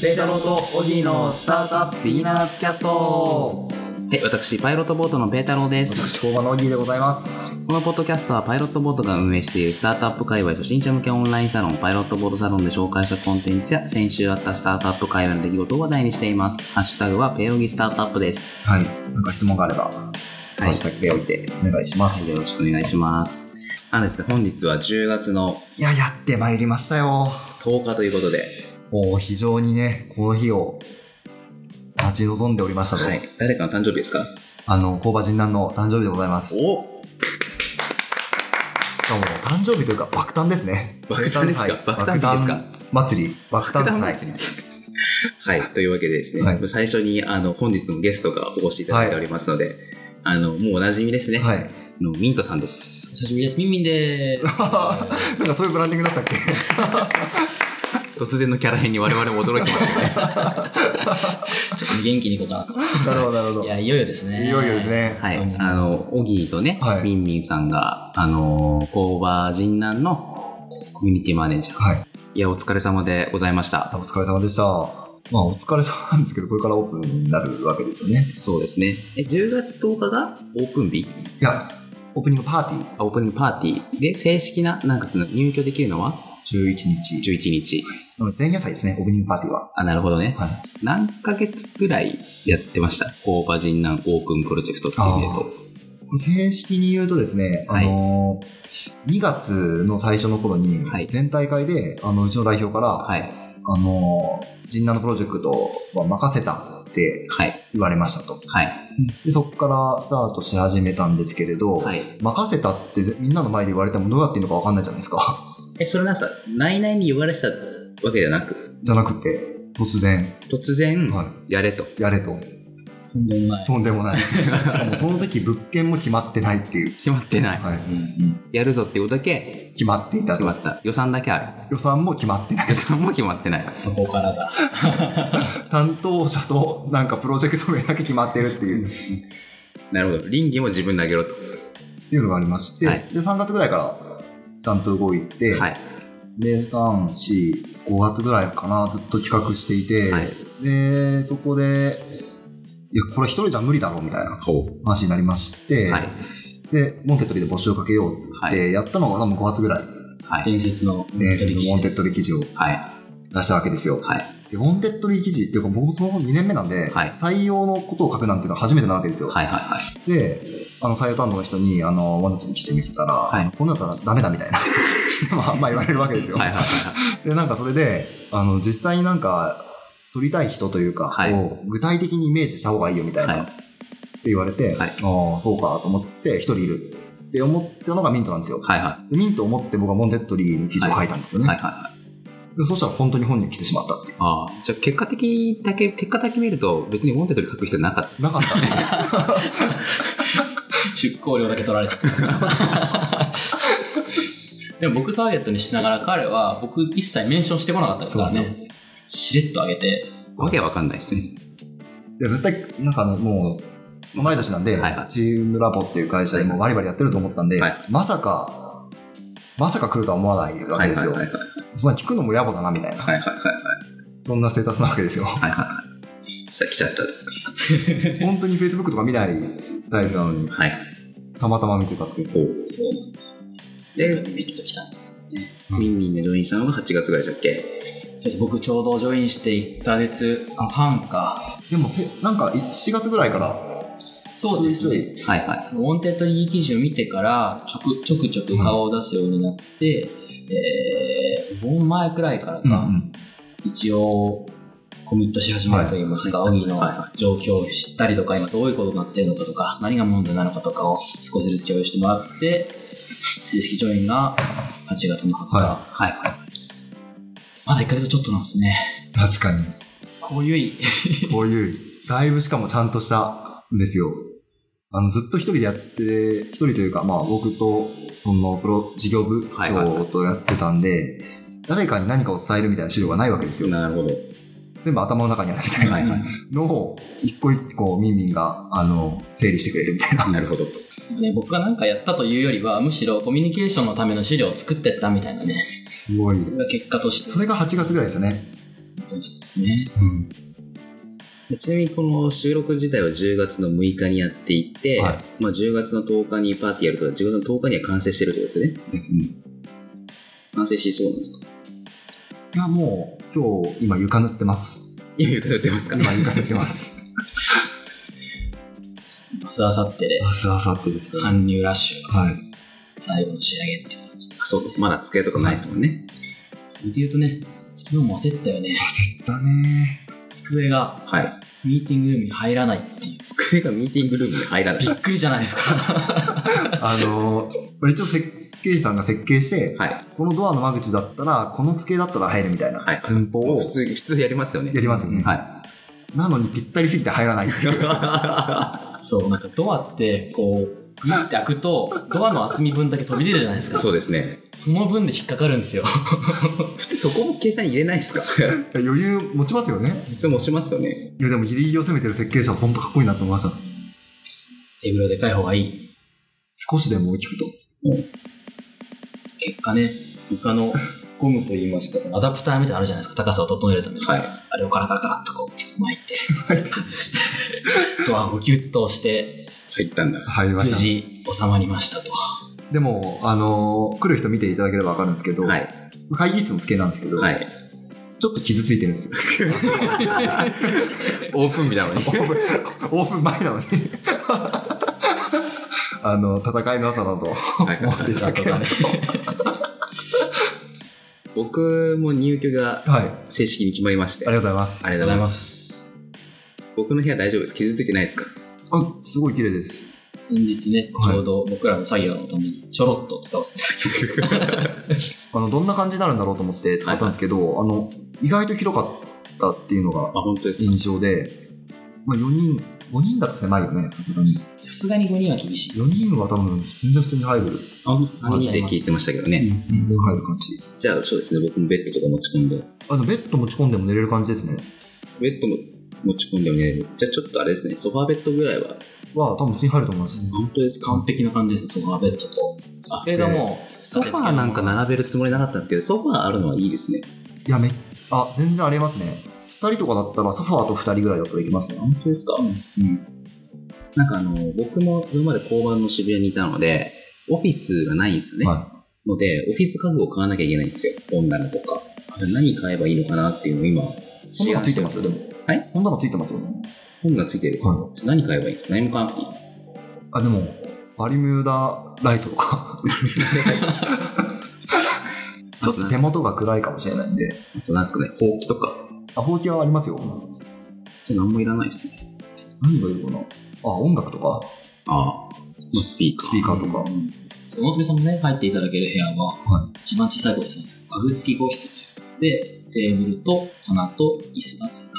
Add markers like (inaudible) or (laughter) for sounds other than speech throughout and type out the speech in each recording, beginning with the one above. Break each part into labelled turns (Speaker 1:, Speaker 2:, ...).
Speaker 1: ペタロとオギのスタートアップビギナーズキャスト
Speaker 2: で私パイロットボートのペータローです
Speaker 1: 私工場のオギーでございます
Speaker 2: このポッドキャストはパイロットボートが運営しているスタートアップ界隈初心者向けオンラインサロンパイロットボートサロンで紹介したコンテンツや先週あったスタートアップ界隈の出来事を話題にしていますハッシュタグはペオギスタートアップです
Speaker 1: はいなんか質問があれば「ハッシュタグペオギ」でお願いしま
Speaker 2: よろ
Speaker 1: す
Speaker 2: しくお願いしますなんですね本日は10月の
Speaker 1: いややってまいりましたよ
Speaker 2: 10日ということで、
Speaker 1: もう非常にねこの日を待ち望んでおりましたと、
Speaker 2: はい、誰かの誕生日ですか
Speaker 1: あの工場人男の誕生日でございますし
Speaker 2: お
Speaker 1: かも誕生日というか爆誕ですね
Speaker 2: 爆誕です
Speaker 1: は
Speaker 2: か
Speaker 1: い
Speaker 2: 爆誕日です
Speaker 1: 爆
Speaker 2: か
Speaker 1: 誕祭り爆誕
Speaker 2: 爆誕
Speaker 1: 祭
Speaker 2: 祭はい、というわけでですね、
Speaker 1: はい
Speaker 2: 最初にあの本日のゲストがお越しいただいておりますので、あのもうおなじみですね、
Speaker 1: は
Speaker 2: あのミントさんです。
Speaker 3: お久しぶりです。みんみんで
Speaker 1: (laughs)
Speaker 3: ーす。
Speaker 1: いなんかそういうブランディングだったっけ (laughs)
Speaker 2: 突然のキャラ編に我々も驚きましたね。
Speaker 3: ちょっと元気にいこうか
Speaker 1: な
Speaker 3: な
Speaker 1: るほどなるほ
Speaker 3: と。
Speaker 1: ど
Speaker 3: いや、いよいよですね。
Speaker 1: いよいよです。ね
Speaker 2: (laughs) はい
Speaker 3: 本当。に
Speaker 2: あの、オギーとね、
Speaker 1: はい
Speaker 2: ミンミンさんが、あの、工場人南のコミュニティマネージャー。
Speaker 1: はい
Speaker 2: いや、お疲れ様でございまし
Speaker 1: あ
Speaker 2: た。
Speaker 1: お疲れ様でした。まあ、お疲れ様なんですけど、これからオープンになるわけですよね。
Speaker 2: そうですね。え、10月10日がオープン日
Speaker 1: いや、オープニングパーティー、
Speaker 2: あオープニングパーティーで、正式な、なんかその入居できるのは
Speaker 1: 11日。
Speaker 2: 11日。
Speaker 1: なので前夜祭ですね、オープニングパーティーは。
Speaker 2: あ、なるほどね。
Speaker 1: はい。
Speaker 2: 何ヶ月くらいやってました工場人南オープンプロジェクトっていう
Speaker 1: あ
Speaker 2: と。
Speaker 1: これ正式に言うとですね、あ
Speaker 2: はい
Speaker 1: のー2月の最初の頃に
Speaker 2: はい、
Speaker 1: 全体会で、あの、うちの代表から、
Speaker 2: はい。
Speaker 1: あのー、神南のプロジェクトは任せたって
Speaker 2: はい。
Speaker 1: 言われましたと。
Speaker 2: はい。
Speaker 1: で、そこからスタートし始めたんですけれど、
Speaker 2: はい。
Speaker 1: 任せたってみんなの前で言われてもどうやっていいのかわかんないじゃないですか。
Speaker 2: え、それなんすか、内々に言われてたわけじゃなく、
Speaker 1: じゃなくて、突然、
Speaker 2: 突然、
Speaker 1: はい
Speaker 2: やれと。
Speaker 1: やれと。
Speaker 3: とんでもない。
Speaker 1: とんでも
Speaker 2: (laughs)
Speaker 1: ない。しかもその時物件も決まってないっていう。
Speaker 2: 決まってない。
Speaker 1: はい。
Speaker 3: うん
Speaker 2: やるぞっていうことだけ
Speaker 1: 決まっていた
Speaker 2: 決ま
Speaker 1: と。
Speaker 2: った。予算だけある。
Speaker 1: 予算も決まってない。
Speaker 2: 予算も決まってない。
Speaker 3: そこからだ。
Speaker 1: 担当者となんかプロジェクト名だけ決まってるっていう、っ
Speaker 2: なるほど。倫理も自分であげろと。
Speaker 1: ていうのがありまして、
Speaker 2: はい
Speaker 1: で、3月ぐらいからちゃんと動いて、
Speaker 2: はい。
Speaker 1: で、3、4、5月ぐらいかな、ずっと企画していて、
Speaker 2: はい
Speaker 1: で、そこで、いや、これ一人じゃ無理だろうみたいな
Speaker 2: ほ
Speaker 1: 話になりまして、
Speaker 2: う。はい。
Speaker 1: で、モンテッドリで募集をかけようってやったのが多分5月ぐらい
Speaker 2: はい。
Speaker 3: 伝説の
Speaker 1: で、モンテッド
Speaker 3: リ。
Speaker 1: リ記事を出
Speaker 2: はい。
Speaker 1: したわけですよ。
Speaker 2: はい。
Speaker 1: で、ウォンテッドリー記事っていうか、僕もそもそも2年目なんで、
Speaker 2: はい
Speaker 1: 採用のことを書くなんていうのは初めてなわけですよ。
Speaker 2: はい。はい。
Speaker 1: で、あの、採用担当の人に、あの、ウォンテッドリー記事見せたら、
Speaker 2: い
Speaker 1: あのこんなのだったらダメだみたいな、 (laughs) まあ、まあ言われるわけですよ。
Speaker 2: はい。はい。はい。
Speaker 1: で、なんかそれで、あの、実際になんか、取りたい人というか、
Speaker 2: はい
Speaker 1: を具体的にイメージした方がいいよみたいな、
Speaker 2: はい
Speaker 1: って言われて、
Speaker 2: はい
Speaker 1: ああ、そうかと思って、一人いるって思ったのがミントなんですよ。
Speaker 2: はい。は
Speaker 1: でミントを持って僕はモンテッドリーの記事を書いたんですよ
Speaker 2: い。
Speaker 1: ね。
Speaker 2: はい。はい。
Speaker 1: でそしたら本当に本人来てしまったっていう。
Speaker 2: ああ。じゃあ、結果的だけ、結果だけ見ると、別にモンテッドに書く必要なかっ
Speaker 1: なかったね。
Speaker 3: 出向料だけ取られちゃった。でも僕ターゲットにしながら彼は僕一切メンションしてこなかったですから
Speaker 1: そうそ
Speaker 3: ね。しれっと上げて。
Speaker 2: た。わけわかんないですね。
Speaker 1: いや、絶対、なんかね、もう、同い年なんで、
Speaker 2: はいはい
Speaker 1: チームラボっていう会社でもうバリバリやってると思ったんで、
Speaker 2: はい
Speaker 1: まさか、まさか来るとは思わないわ
Speaker 2: は
Speaker 1: け
Speaker 2: い。
Speaker 1: で
Speaker 2: は
Speaker 1: す
Speaker 2: い。
Speaker 1: よ。
Speaker 2: はい。はい。
Speaker 1: そんな聞くのも野暮だな、みたいな。
Speaker 2: はい。は
Speaker 1: そんなステータスなわけです
Speaker 2: (laughs)
Speaker 1: よ。
Speaker 2: い。はい。さあ、来ちゃったと。
Speaker 1: 本当に Facebook とか見ないタイプなのに、
Speaker 2: はい。
Speaker 1: たまたま見てたっていう。
Speaker 2: ほう。
Speaker 3: そうなんですよ。
Speaker 2: で、
Speaker 3: で、ビッと来た。
Speaker 1: うん
Speaker 2: ミンミンがジョインしたのが8月ぐらいでしたっけ
Speaker 3: そうです。僕ちょうどジョインして1ヶ月半か。
Speaker 1: でもせ、なんか、7月ぐらいから、
Speaker 3: そうです
Speaker 1: ちょ
Speaker 3: ね。
Speaker 1: いちょい
Speaker 2: はいはい。
Speaker 3: そのウォンテッドリー記事を見てからちょくちょくちょく顔を出すようになって、えー、5前くらいから
Speaker 1: うんう
Speaker 3: か、
Speaker 1: ん
Speaker 3: 一応コミットし始めるといいますか、
Speaker 2: はい
Speaker 3: 荻の状況を知ったりとか、今どういうことになってるのかとか、何が問題なのかとかを少しずつ共有してもらって、正式ジョインが8月の20日。
Speaker 1: は
Speaker 2: はいは
Speaker 3: まだ1ヶ月ちょっとなんですね。
Speaker 1: 確かに。
Speaker 3: こういうい、
Speaker 1: こういう、だいぶしかもちゃんとしたんですよ。あの、ずっと一人でやって、一人というか、まあ僕と、その、プロ、事業部
Speaker 2: はいはいは
Speaker 1: 長とやってたんで、誰かに何かを伝えるみたいな資料がないわけですよ。
Speaker 2: い。なるほど。
Speaker 1: 全部頭の中にあるみたい
Speaker 2: は
Speaker 1: ない
Speaker 2: は
Speaker 1: のを、一個一個、ミンミンが、あの、整理してくれるみたいな。
Speaker 2: なるほど。
Speaker 3: ね、僕が何かやったというよりは、むしろコミュニケーションのための資料を作ってったみたいなね、
Speaker 1: すごい。
Speaker 3: それが結果として
Speaker 1: それが8月ぐらいですよね。
Speaker 3: 本当にそね。
Speaker 1: うん。
Speaker 2: ちなみにこの収録自体は10月の6日にやっていて、
Speaker 1: は
Speaker 2: まあ、10月の10日にパーティーやると10月の10日には完成してるってことですね。
Speaker 1: ですね。
Speaker 2: 完成しそうなんですか
Speaker 1: いや、もう、今日、今床塗ってます。
Speaker 2: いや、よくなってますか
Speaker 1: 今床塗ってます。
Speaker 3: 明日、明後日で、
Speaker 1: (laughs) 明日、明後日ですね。はい。
Speaker 3: 搬入ラッシュが最後の仕上げっていう感じです。
Speaker 2: そう、まだ机とかないですもんね。
Speaker 3: それで言うとね、昨日も焦ったよね。
Speaker 1: 焦ったね。
Speaker 3: 机が
Speaker 2: はい。
Speaker 3: ミーティングルームに入らないっていう。
Speaker 2: 机がミーティングルームに入らない
Speaker 3: び。っくりじゃないですか。 (laughs)
Speaker 1: あのー、一応設計士さんが設計して、
Speaker 2: はい。
Speaker 1: このドアの間口だったら、この机だったら入るみたいな
Speaker 2: はい
Speaker 1: 寸法を
Speaker 2: 普通、普通やりますよね。
Speaker 1: やりますよね。
Speaker 2: (laughs) は
Speaker 1: なのにぴったりすぎて入らないっていう。
Speaker 2: (laughs)
Speaker 3: そう、なんかドアって、こう、グイって開くと、ドアの厚み分だけ飛び出るじゃないです
Speaker 2: い。
Speaker 3: か。
Speaker 2: そうですね。
Speaker 3: その分で引っかかるんですよ。
Speaker 2: 普通そこも計算入れない (laughs) ですか
Speaker 1: 余裕持ちますよね。
Speaker 2: それ持ちますよね。
Speaker 1: いや、でもギリギリを攻めてる設計士は本当かっこいいなと思いました。
Speaker 3: テーブルはでかい方がいい。
Speaker 1: 少しでも大きくと。
Speaker 3: 結果ね、床のゴムといいますか、アダプターみたいなのあるじゃないですか、高さを整えるために。
Speaker 2: はい。
Speaker 3: あれをカラカラカラっとこう巻いて、外して、ドアをギュッと押して、
Speaker 2: 入ったんだ。
Speaker 1: 入り
Speaker 3: 無
Speaker 1: ました。
Speaker 3: 事収まりましたと。
Speaker 1: でも、あのー来る人見ていただければわかるんですけど、
Speaker 2: はい。
Speaker 1: 会議室の机なんですけど、
Speaker 2: はい。
Speaker 1: ちょっと傷ついてるんですよ。 (laughs)
Speaker 2: オープン日なのに。
Speaker 1: オープン、オープン前なのに。 (laughs) あの、戦いの後だと。
Speaker 2: はい
Speaker 1: 持っていただければ。
Speaker 3: ね。
Speaker 2: 僕も入居が
Speaker 1: はい。あ
Speaker 2: 正式に決まりまして。
Speaker 1: りがとうございます。
Speaker 2: ありがとうございます。僕の部屋大丈夫です。傷ついてないですか (laughs)
Speaker 1: あ、すごい綺麗です。
Speaker 3: 先日ね、
Speaker 1: はい
Speaker 3: ちょうど僕らの作業のためにちょろっと使わせていただきました。
Speaker 1: あの、どんな感じになるんだろうと思って使ったんですけど、あの、意外と広かったっていうのが
Speaker 2: あ、本当ですか
Speaker 1: 印象で、まあ4人、5人だと狭いよね、さすがに。
Speaker 3: さすがに5人は厳しい。
Speaker 1: 4人は多分、全然普通に入る。
Speaker 2: あ、本当ですか
Speaker 3: はい
Speaker 2: ?3 人で聞いてましたけどね。
Speaker 1: 全然入る感じ。
Speaker 2: じゃあ、そうですね。僕もベッドとか持ち込んで。
Speaker 1: あの、ベッド持ち込んでも寝れる感じですね。
Speaker 2: ベッドも持ち込んでも寝れる。じゃあ、ちょっとあれですね。ソファーベッドぐらいは。
Speaker 1: は、多分普通に入ると思います。
Speaker 2: 本当です
Speaker 3: 完璧な感じですよ、そのアベッドと。それがもう、
Speaker 2: ソファーなんか並べるつもりなかったんですけど、ソファーあるのはいいですね。
Speaker 1: いや、めっあ、全然ありますね。2人とかだったら、ソファーと2人ぐらいだったらいけますよ。
Speaker 2: 本当ですかうん。なんかあの、僕も今まで交番の渋谷にいたので、オフィスがないんですね。
Speaker 1: は
Speaker 2: ので、オフィス家具を買わなきゃいけないんですよ。本棚とか。何買えばいいのかなっていうのを今、
Speaker 1: い。こんなのついてますよ、でも。
Speaker 2: はい
Speaker 1: こんなのついてますよね。
Speaker 2: 本がついてる。
Speaker 1: は
Speaker 2: 何買えばいいんですか何も買わなくていい。
Speaker 1: あ、でも、バリミューダライトと
Speaker 3: (laughs)
Speaker 1: か、
Speaker 2: ちょっと
Speaker 1: 手元が暗いかもしれないんで。
Speaker 2: あとなんですかね、ほうきとか。
Speaker 1: あ、ほうきはありますよ。
Speaker 2: じゃあ何もいらないですね。
Speaker 1: 何がいるかなあ、音楽とか、
Speaker 2: ああ。まあ、スピーカー。
Speaker 1: スピーカーとか。
Speaker 3: その大富さんもね、入っていただける部屋は、
Speaker 1: は
Speaker 3: 一番小さい個室なんですよ。家具付き個室で、テーブルと棚と椅子が付いて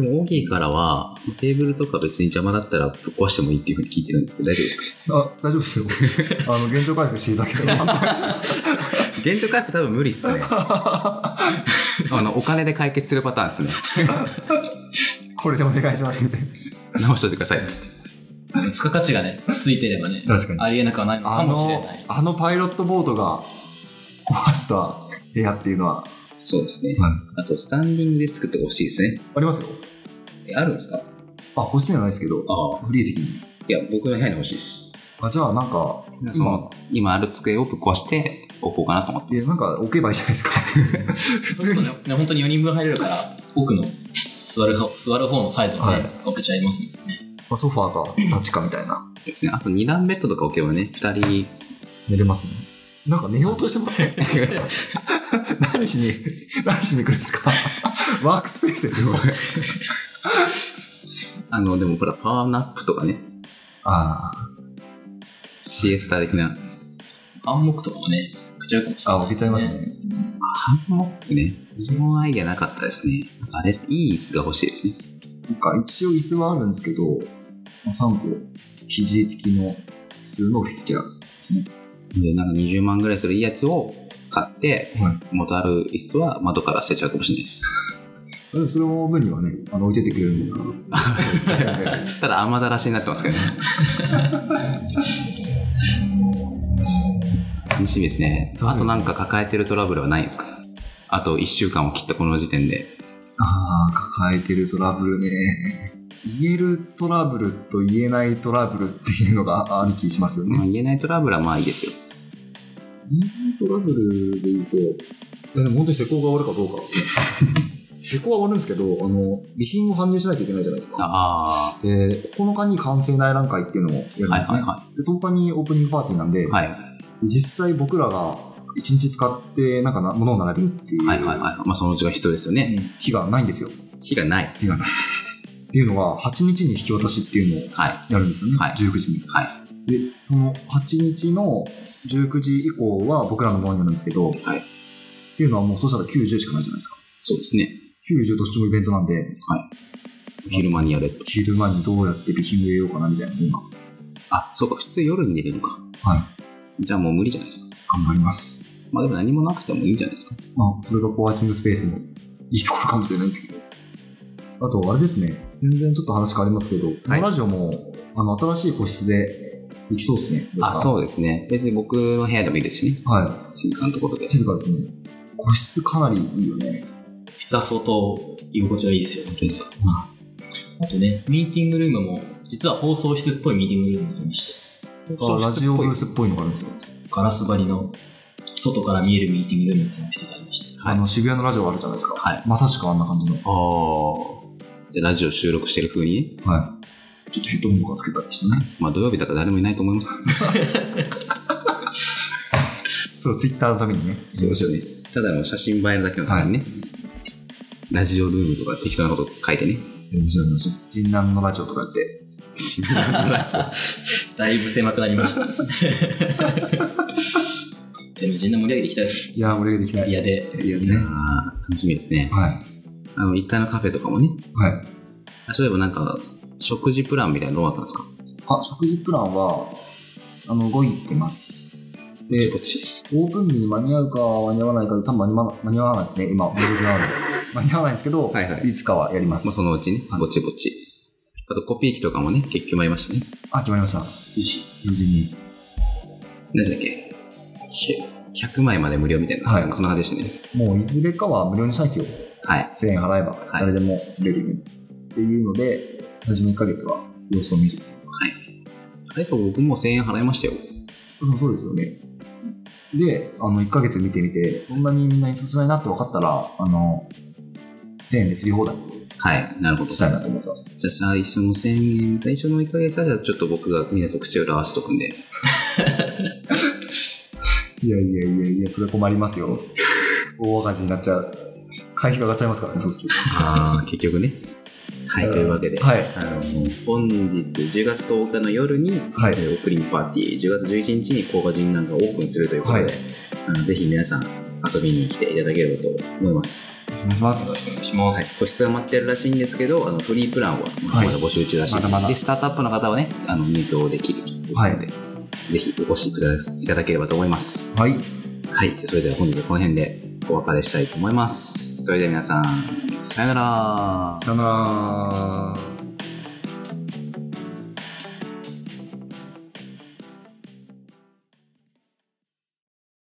Speaker 3: る
Speaker 2: でも大きいからは、テーブルとか別に邪魔だったらぶっ壊してもいいっていうふうに聞いてるんですけど、大丈夫ですか
Speaker 1: あ、大丈夫ですよ。あの、現状回復していただければ。
Speaker 3: (laughs)
Speaker 2: 現状回復多分無理っ (laughs) すね。あの、お金で解決するパターンですね。
Speaker 1: これでお願いしますみたいな。
Speaker 2: 直しといてくださいっつって。
Speaker 3: あの付加価値がね、付いてればね、
Speaker 1: 確かに。
Speaker 3: ありえなくはないのか
Speaker 1: あ
Speaker 3: もしれない
Speaker 1: の。、あのパイロットボートが壊した部屋っていうのは、
Speaker 2: そうですね。
Speaker 1: はい
Speaker 2: あと、スタンディングデスクとか欲しいですね。
Speaker 1: ありますよ。
Speaker 2: え、あるんですか
Speaker 1: あ、個室じゃないですけど、
Speaker 2: ああ。
Speaker 1: フリー席に。
Speaker 2: いや、僕の部屋に欲しいです。
Speaker 1: あ、じゃあなんか、
Speaker 2: その、今ある机をぶっ壊しておこうかなと思って。
Speaker 1: いや、なんか置けばいいじゃないですか。 (laughs) 普
Speaker 3: そう
Speaker 1: 通
Speaker 3: す
Speaker 1: に。
Speaker 3: るとね、本当に4人分入れるから、奥の座る方座る方のサイドにね、
Speaker 1: はい
Speaker 3: 置けちゃいますもんね。
Speaker 1: まあ、ソファーか、立ちかみたいな。
Speaker 2: ですね。あと2段ベッドとか置けばね、2人、
Speaker 1: 寝れますね。なんか寝ようとしてません (laughs) 何しに、何しに来るんですか (laughs) ワークスペースですよ。
Speaker 2: あの、でもほら、パワーナップとかね、
Speaker 1: あ
Speaker 2: シエスタ的な。
Speaker 3: 暗黙とかもね、置けちゃうかもし
Speaker 1: あ、
Speaker 3: れな
Speaker 1: あ、
Speaker 3: い、
Speaker 1: 置けちゃいますね。。
Speaker 2: ハンモックね。そのアイデアなかったですね。なんかあれ、いい椅子が欲しいですね。
Speaker 1: なんか一応椅子はあるんですけど、まあ、3個、肘付きの普通のオフィスチェアですね。
Speaker 2: で、なんか20万ぐらいするいいやつを買って、
Speaker 1: はい。
Speaker 2: 元ある椅子は窓から捨てちゃうかもしれないです。
Speaker 1: でもそれを分にはね、あの置いてってくれるんだから。
Speaker 2: ただ雨ざらしになってますけどね。 (laughs) 楽しみですね。あとなんか抱えてるトラブルはないですかあと1週間を切ったこの時点で。
Speaker 1: (laughs) ああ、抱えてるトラブルね。言えるトラブルと言えないトラブルっていうのがありきしますよね
Speaker 2: まあ、。言えないトラブルはまあいいですよ。
Speaker 1: イントラブルで言うと、いやでも本当に施工が終わるかどう
Speaker 2: (laughs)
Speaker 1: かですね。施工は終わるんですけど、あの、備品を搬入しないといけないじゃないですか。
Speaker 2: あ
Speaker 1: で、9日に完成内覧会っていうのをやるんです
Speaker 2: あ、
Speaker 1: ね。
Speaker 2: はいはいは
Speaker 1: で、10日にオープニングパーティーなんで、
Speaker 2: い。はいは
Speaker 1: 実際僕らが1日使って、なんかな物を並べるってい
Speaker 2: いはいはいうはい。まあそのうちが必要ですよね。
Speaker 1: 日がないんですよ。
Speaker 2: 火がない。
Speaker 1: っていうのが、8日に引き渡しっていうのを
Speaker 2: はい。
Speaker 1: やるんですよね。
Speaker 2: はい
Speaker 1: 19時に。
Speaker 2: はい。
Speaker 1: で、その8日の19時以降は僕らの場合になるんですけど、
Speaker 2: はい
Speaker 1: っていうのはもうそしたら90しかないじゃないですか。
Speaker 2: そうですね。
Speaker 1: 90どっちもイベントなんで、
Speaker 2: 昼間にやれと。
Speaker 1: 昼間にどうやって備品を入れようかなみたいな、今、
Speaker 2: あ、そうか、普通夜に寝るのか。。
Speaker 1: はい
Speaker 2: じゃあもう無理じゃないですか。
Speaker 1: 頑張ります。
Speaker 2: まあでも何もなくてもいいんじゃないですか。
Speaker 1: まあ、それがコワーキングスペースのいいところかもしれないんですけど。あと、あれですね。全然ちょっと話変わりますけど、このラジオも、あの、新しい個室でできそうですね。
Speaker 2: あ、
Speaker 1: う。
Speaker 2: そうですね。別に僕の部屋でもいいですしね。
Speaker 1: は
Speaker 2: 静かなところで
Speaker 1: い。。静かですね。個室かなりいいよね。
Speaker 3: 質は相当居心地がいいですよ、本当にさ。あとね、ミーティングルームも、実は放送室っぽいミーティングルームがありまして、
Speaker 1: あラジオブースっぽいのがあるんですよ。
Speaker 3: ガラス張りの外から見えるミーティングルームっていうのが一つありまして、
Speaker 2: はい
Speaker 1: あの、渋谷のラジオあるじゃないですか。
Speaker 2: はい
Speaker 1: まさしくあんな感じの。
Speaker 2: ああ。で、ラジオ収録してる風にね。
Speaker 1: はい。ちょっとヘッドホンとかつけたりしてね。
Speaker 2: まあ土曜日だから誰もいないと思います。
Speaker 1: それをツイッターのためにね。
Speaker 2: そうですよね。ただの写真映えるだけのためにね。ラジオルームとか適当なこと書いてね。
Speaker 1: 面白い面白い。人南のラジオとかやって。
Speaker 2: ラジオ
Speaker 3: だいぶ狭くなりました。 (laughs) でも、みんな盛り上げていきたいです
Speaker 1: いやー、俺ができな
Speaker 3: もん。
Speaker 1: い。
Speaker 3: いやで、
Speaker 1: いや
Speaker 2: あ
Speaker 1: ね。
Speaker 2: あ、楽しみですね。
Speaker 1: は
Speaker 2: あの、1階のカフェとかもね。
Speaker 1: い。はい。
Speaker 2: あそういえばなんか、食事プランみたいなのどうだったんですか
Speaker 1: あ、食事プランは、あの、動いてます。で、
Speaker 2: こっち。
Speaker 1: オープン日に間に合うか間に合わないかで、多分間に合わ間に合わないですね、今、ブログなので。間に合わないんですけど、
Speaker 2: はいはい
Speaker 1: いつかはやります
Speaker 2: まあ、。そのうちね、
Speaker 1: はい
Speaker 2: ぼちぼち。あと、コピー機とかもね、結局もありましたね。
Speaker 1: あ、決まりました。
Speaker 3: 無事。
Speaker 1: 無事に。
Speaker 2: 何だっけひ ?100 枚まで無料みたいな、
Speaker 1: はい
Speaker 2: なんかそんな感じでしたね。
Speaker 1: もう、いずれかは無料にしたいんですよ。
Speaker 2: はい。
Speaker 1: 1000円払えば、
Speaker 2: い
Speaker 1: 誰でも釣れるように。っていうので、最初の1ヶ月は様子を見るっていう。
Speaker 2: あれ僕もう1000円払いましたよ。
Speaker 1: そうそうですよね。で、あの、1ヶ月見てみて、そんなにみんなに進ないなって分かったら、あの、1000円で釣り放題
Speaker 2: はい。なるほど。
Speaker 1: し
Speaker 2: じゃ
Speaker 1: たいなと思ってます。
Speaker 2: あ、最初の1000円、最初の1ヶ月は、じゃあちょっと僕がみんなと口を裏合わせとくんで。
Speaker 1: いやいやいやいや、それ困りますよ。 (laughs) 大赤字になっちゃう。会費が上がっちゃいますからね、そうする
Speaker 2: あ (laughs) あ、結局ね。はい、というわけで。
Speaker 1: と。はい。
Speaker 2: あの本日10月10日の夜に、
Speaker 1: はい
Speaker 2: えーオープニングパーティー10月11日に甲賀神南がオープンするということで、
Speaker 1: はい
Speaker 2: あのぜひ皆さん遊びに来ていただければと思います、
Speaker 1: お願いしま
Speaker 3: よろしくお
Speaker 1: す。
Speaker 3: 願いしま
Speaker 2: はい
Speaker 3: す。、
Speaker 2: 個室が待ってるらしいんですけどあのフリープランはま
Speaker 1: はい
Speaker 2: だまだ募集中らしいので,、
Speaker 1: まだまだ
Speaker 2: でスタートアップの方はねあの入居できるというこ
Speaker 1: は
Speaker 2: とで、
Speaker 1: い
Speaker 2: ぜひお越しいただいただければと思います
Speaker 1: はい。
Speaker 2: はいそれでは本日はこの辺でお別れしたいと思いますそれでは皆さんさよなら
Speaker 1: さよなら。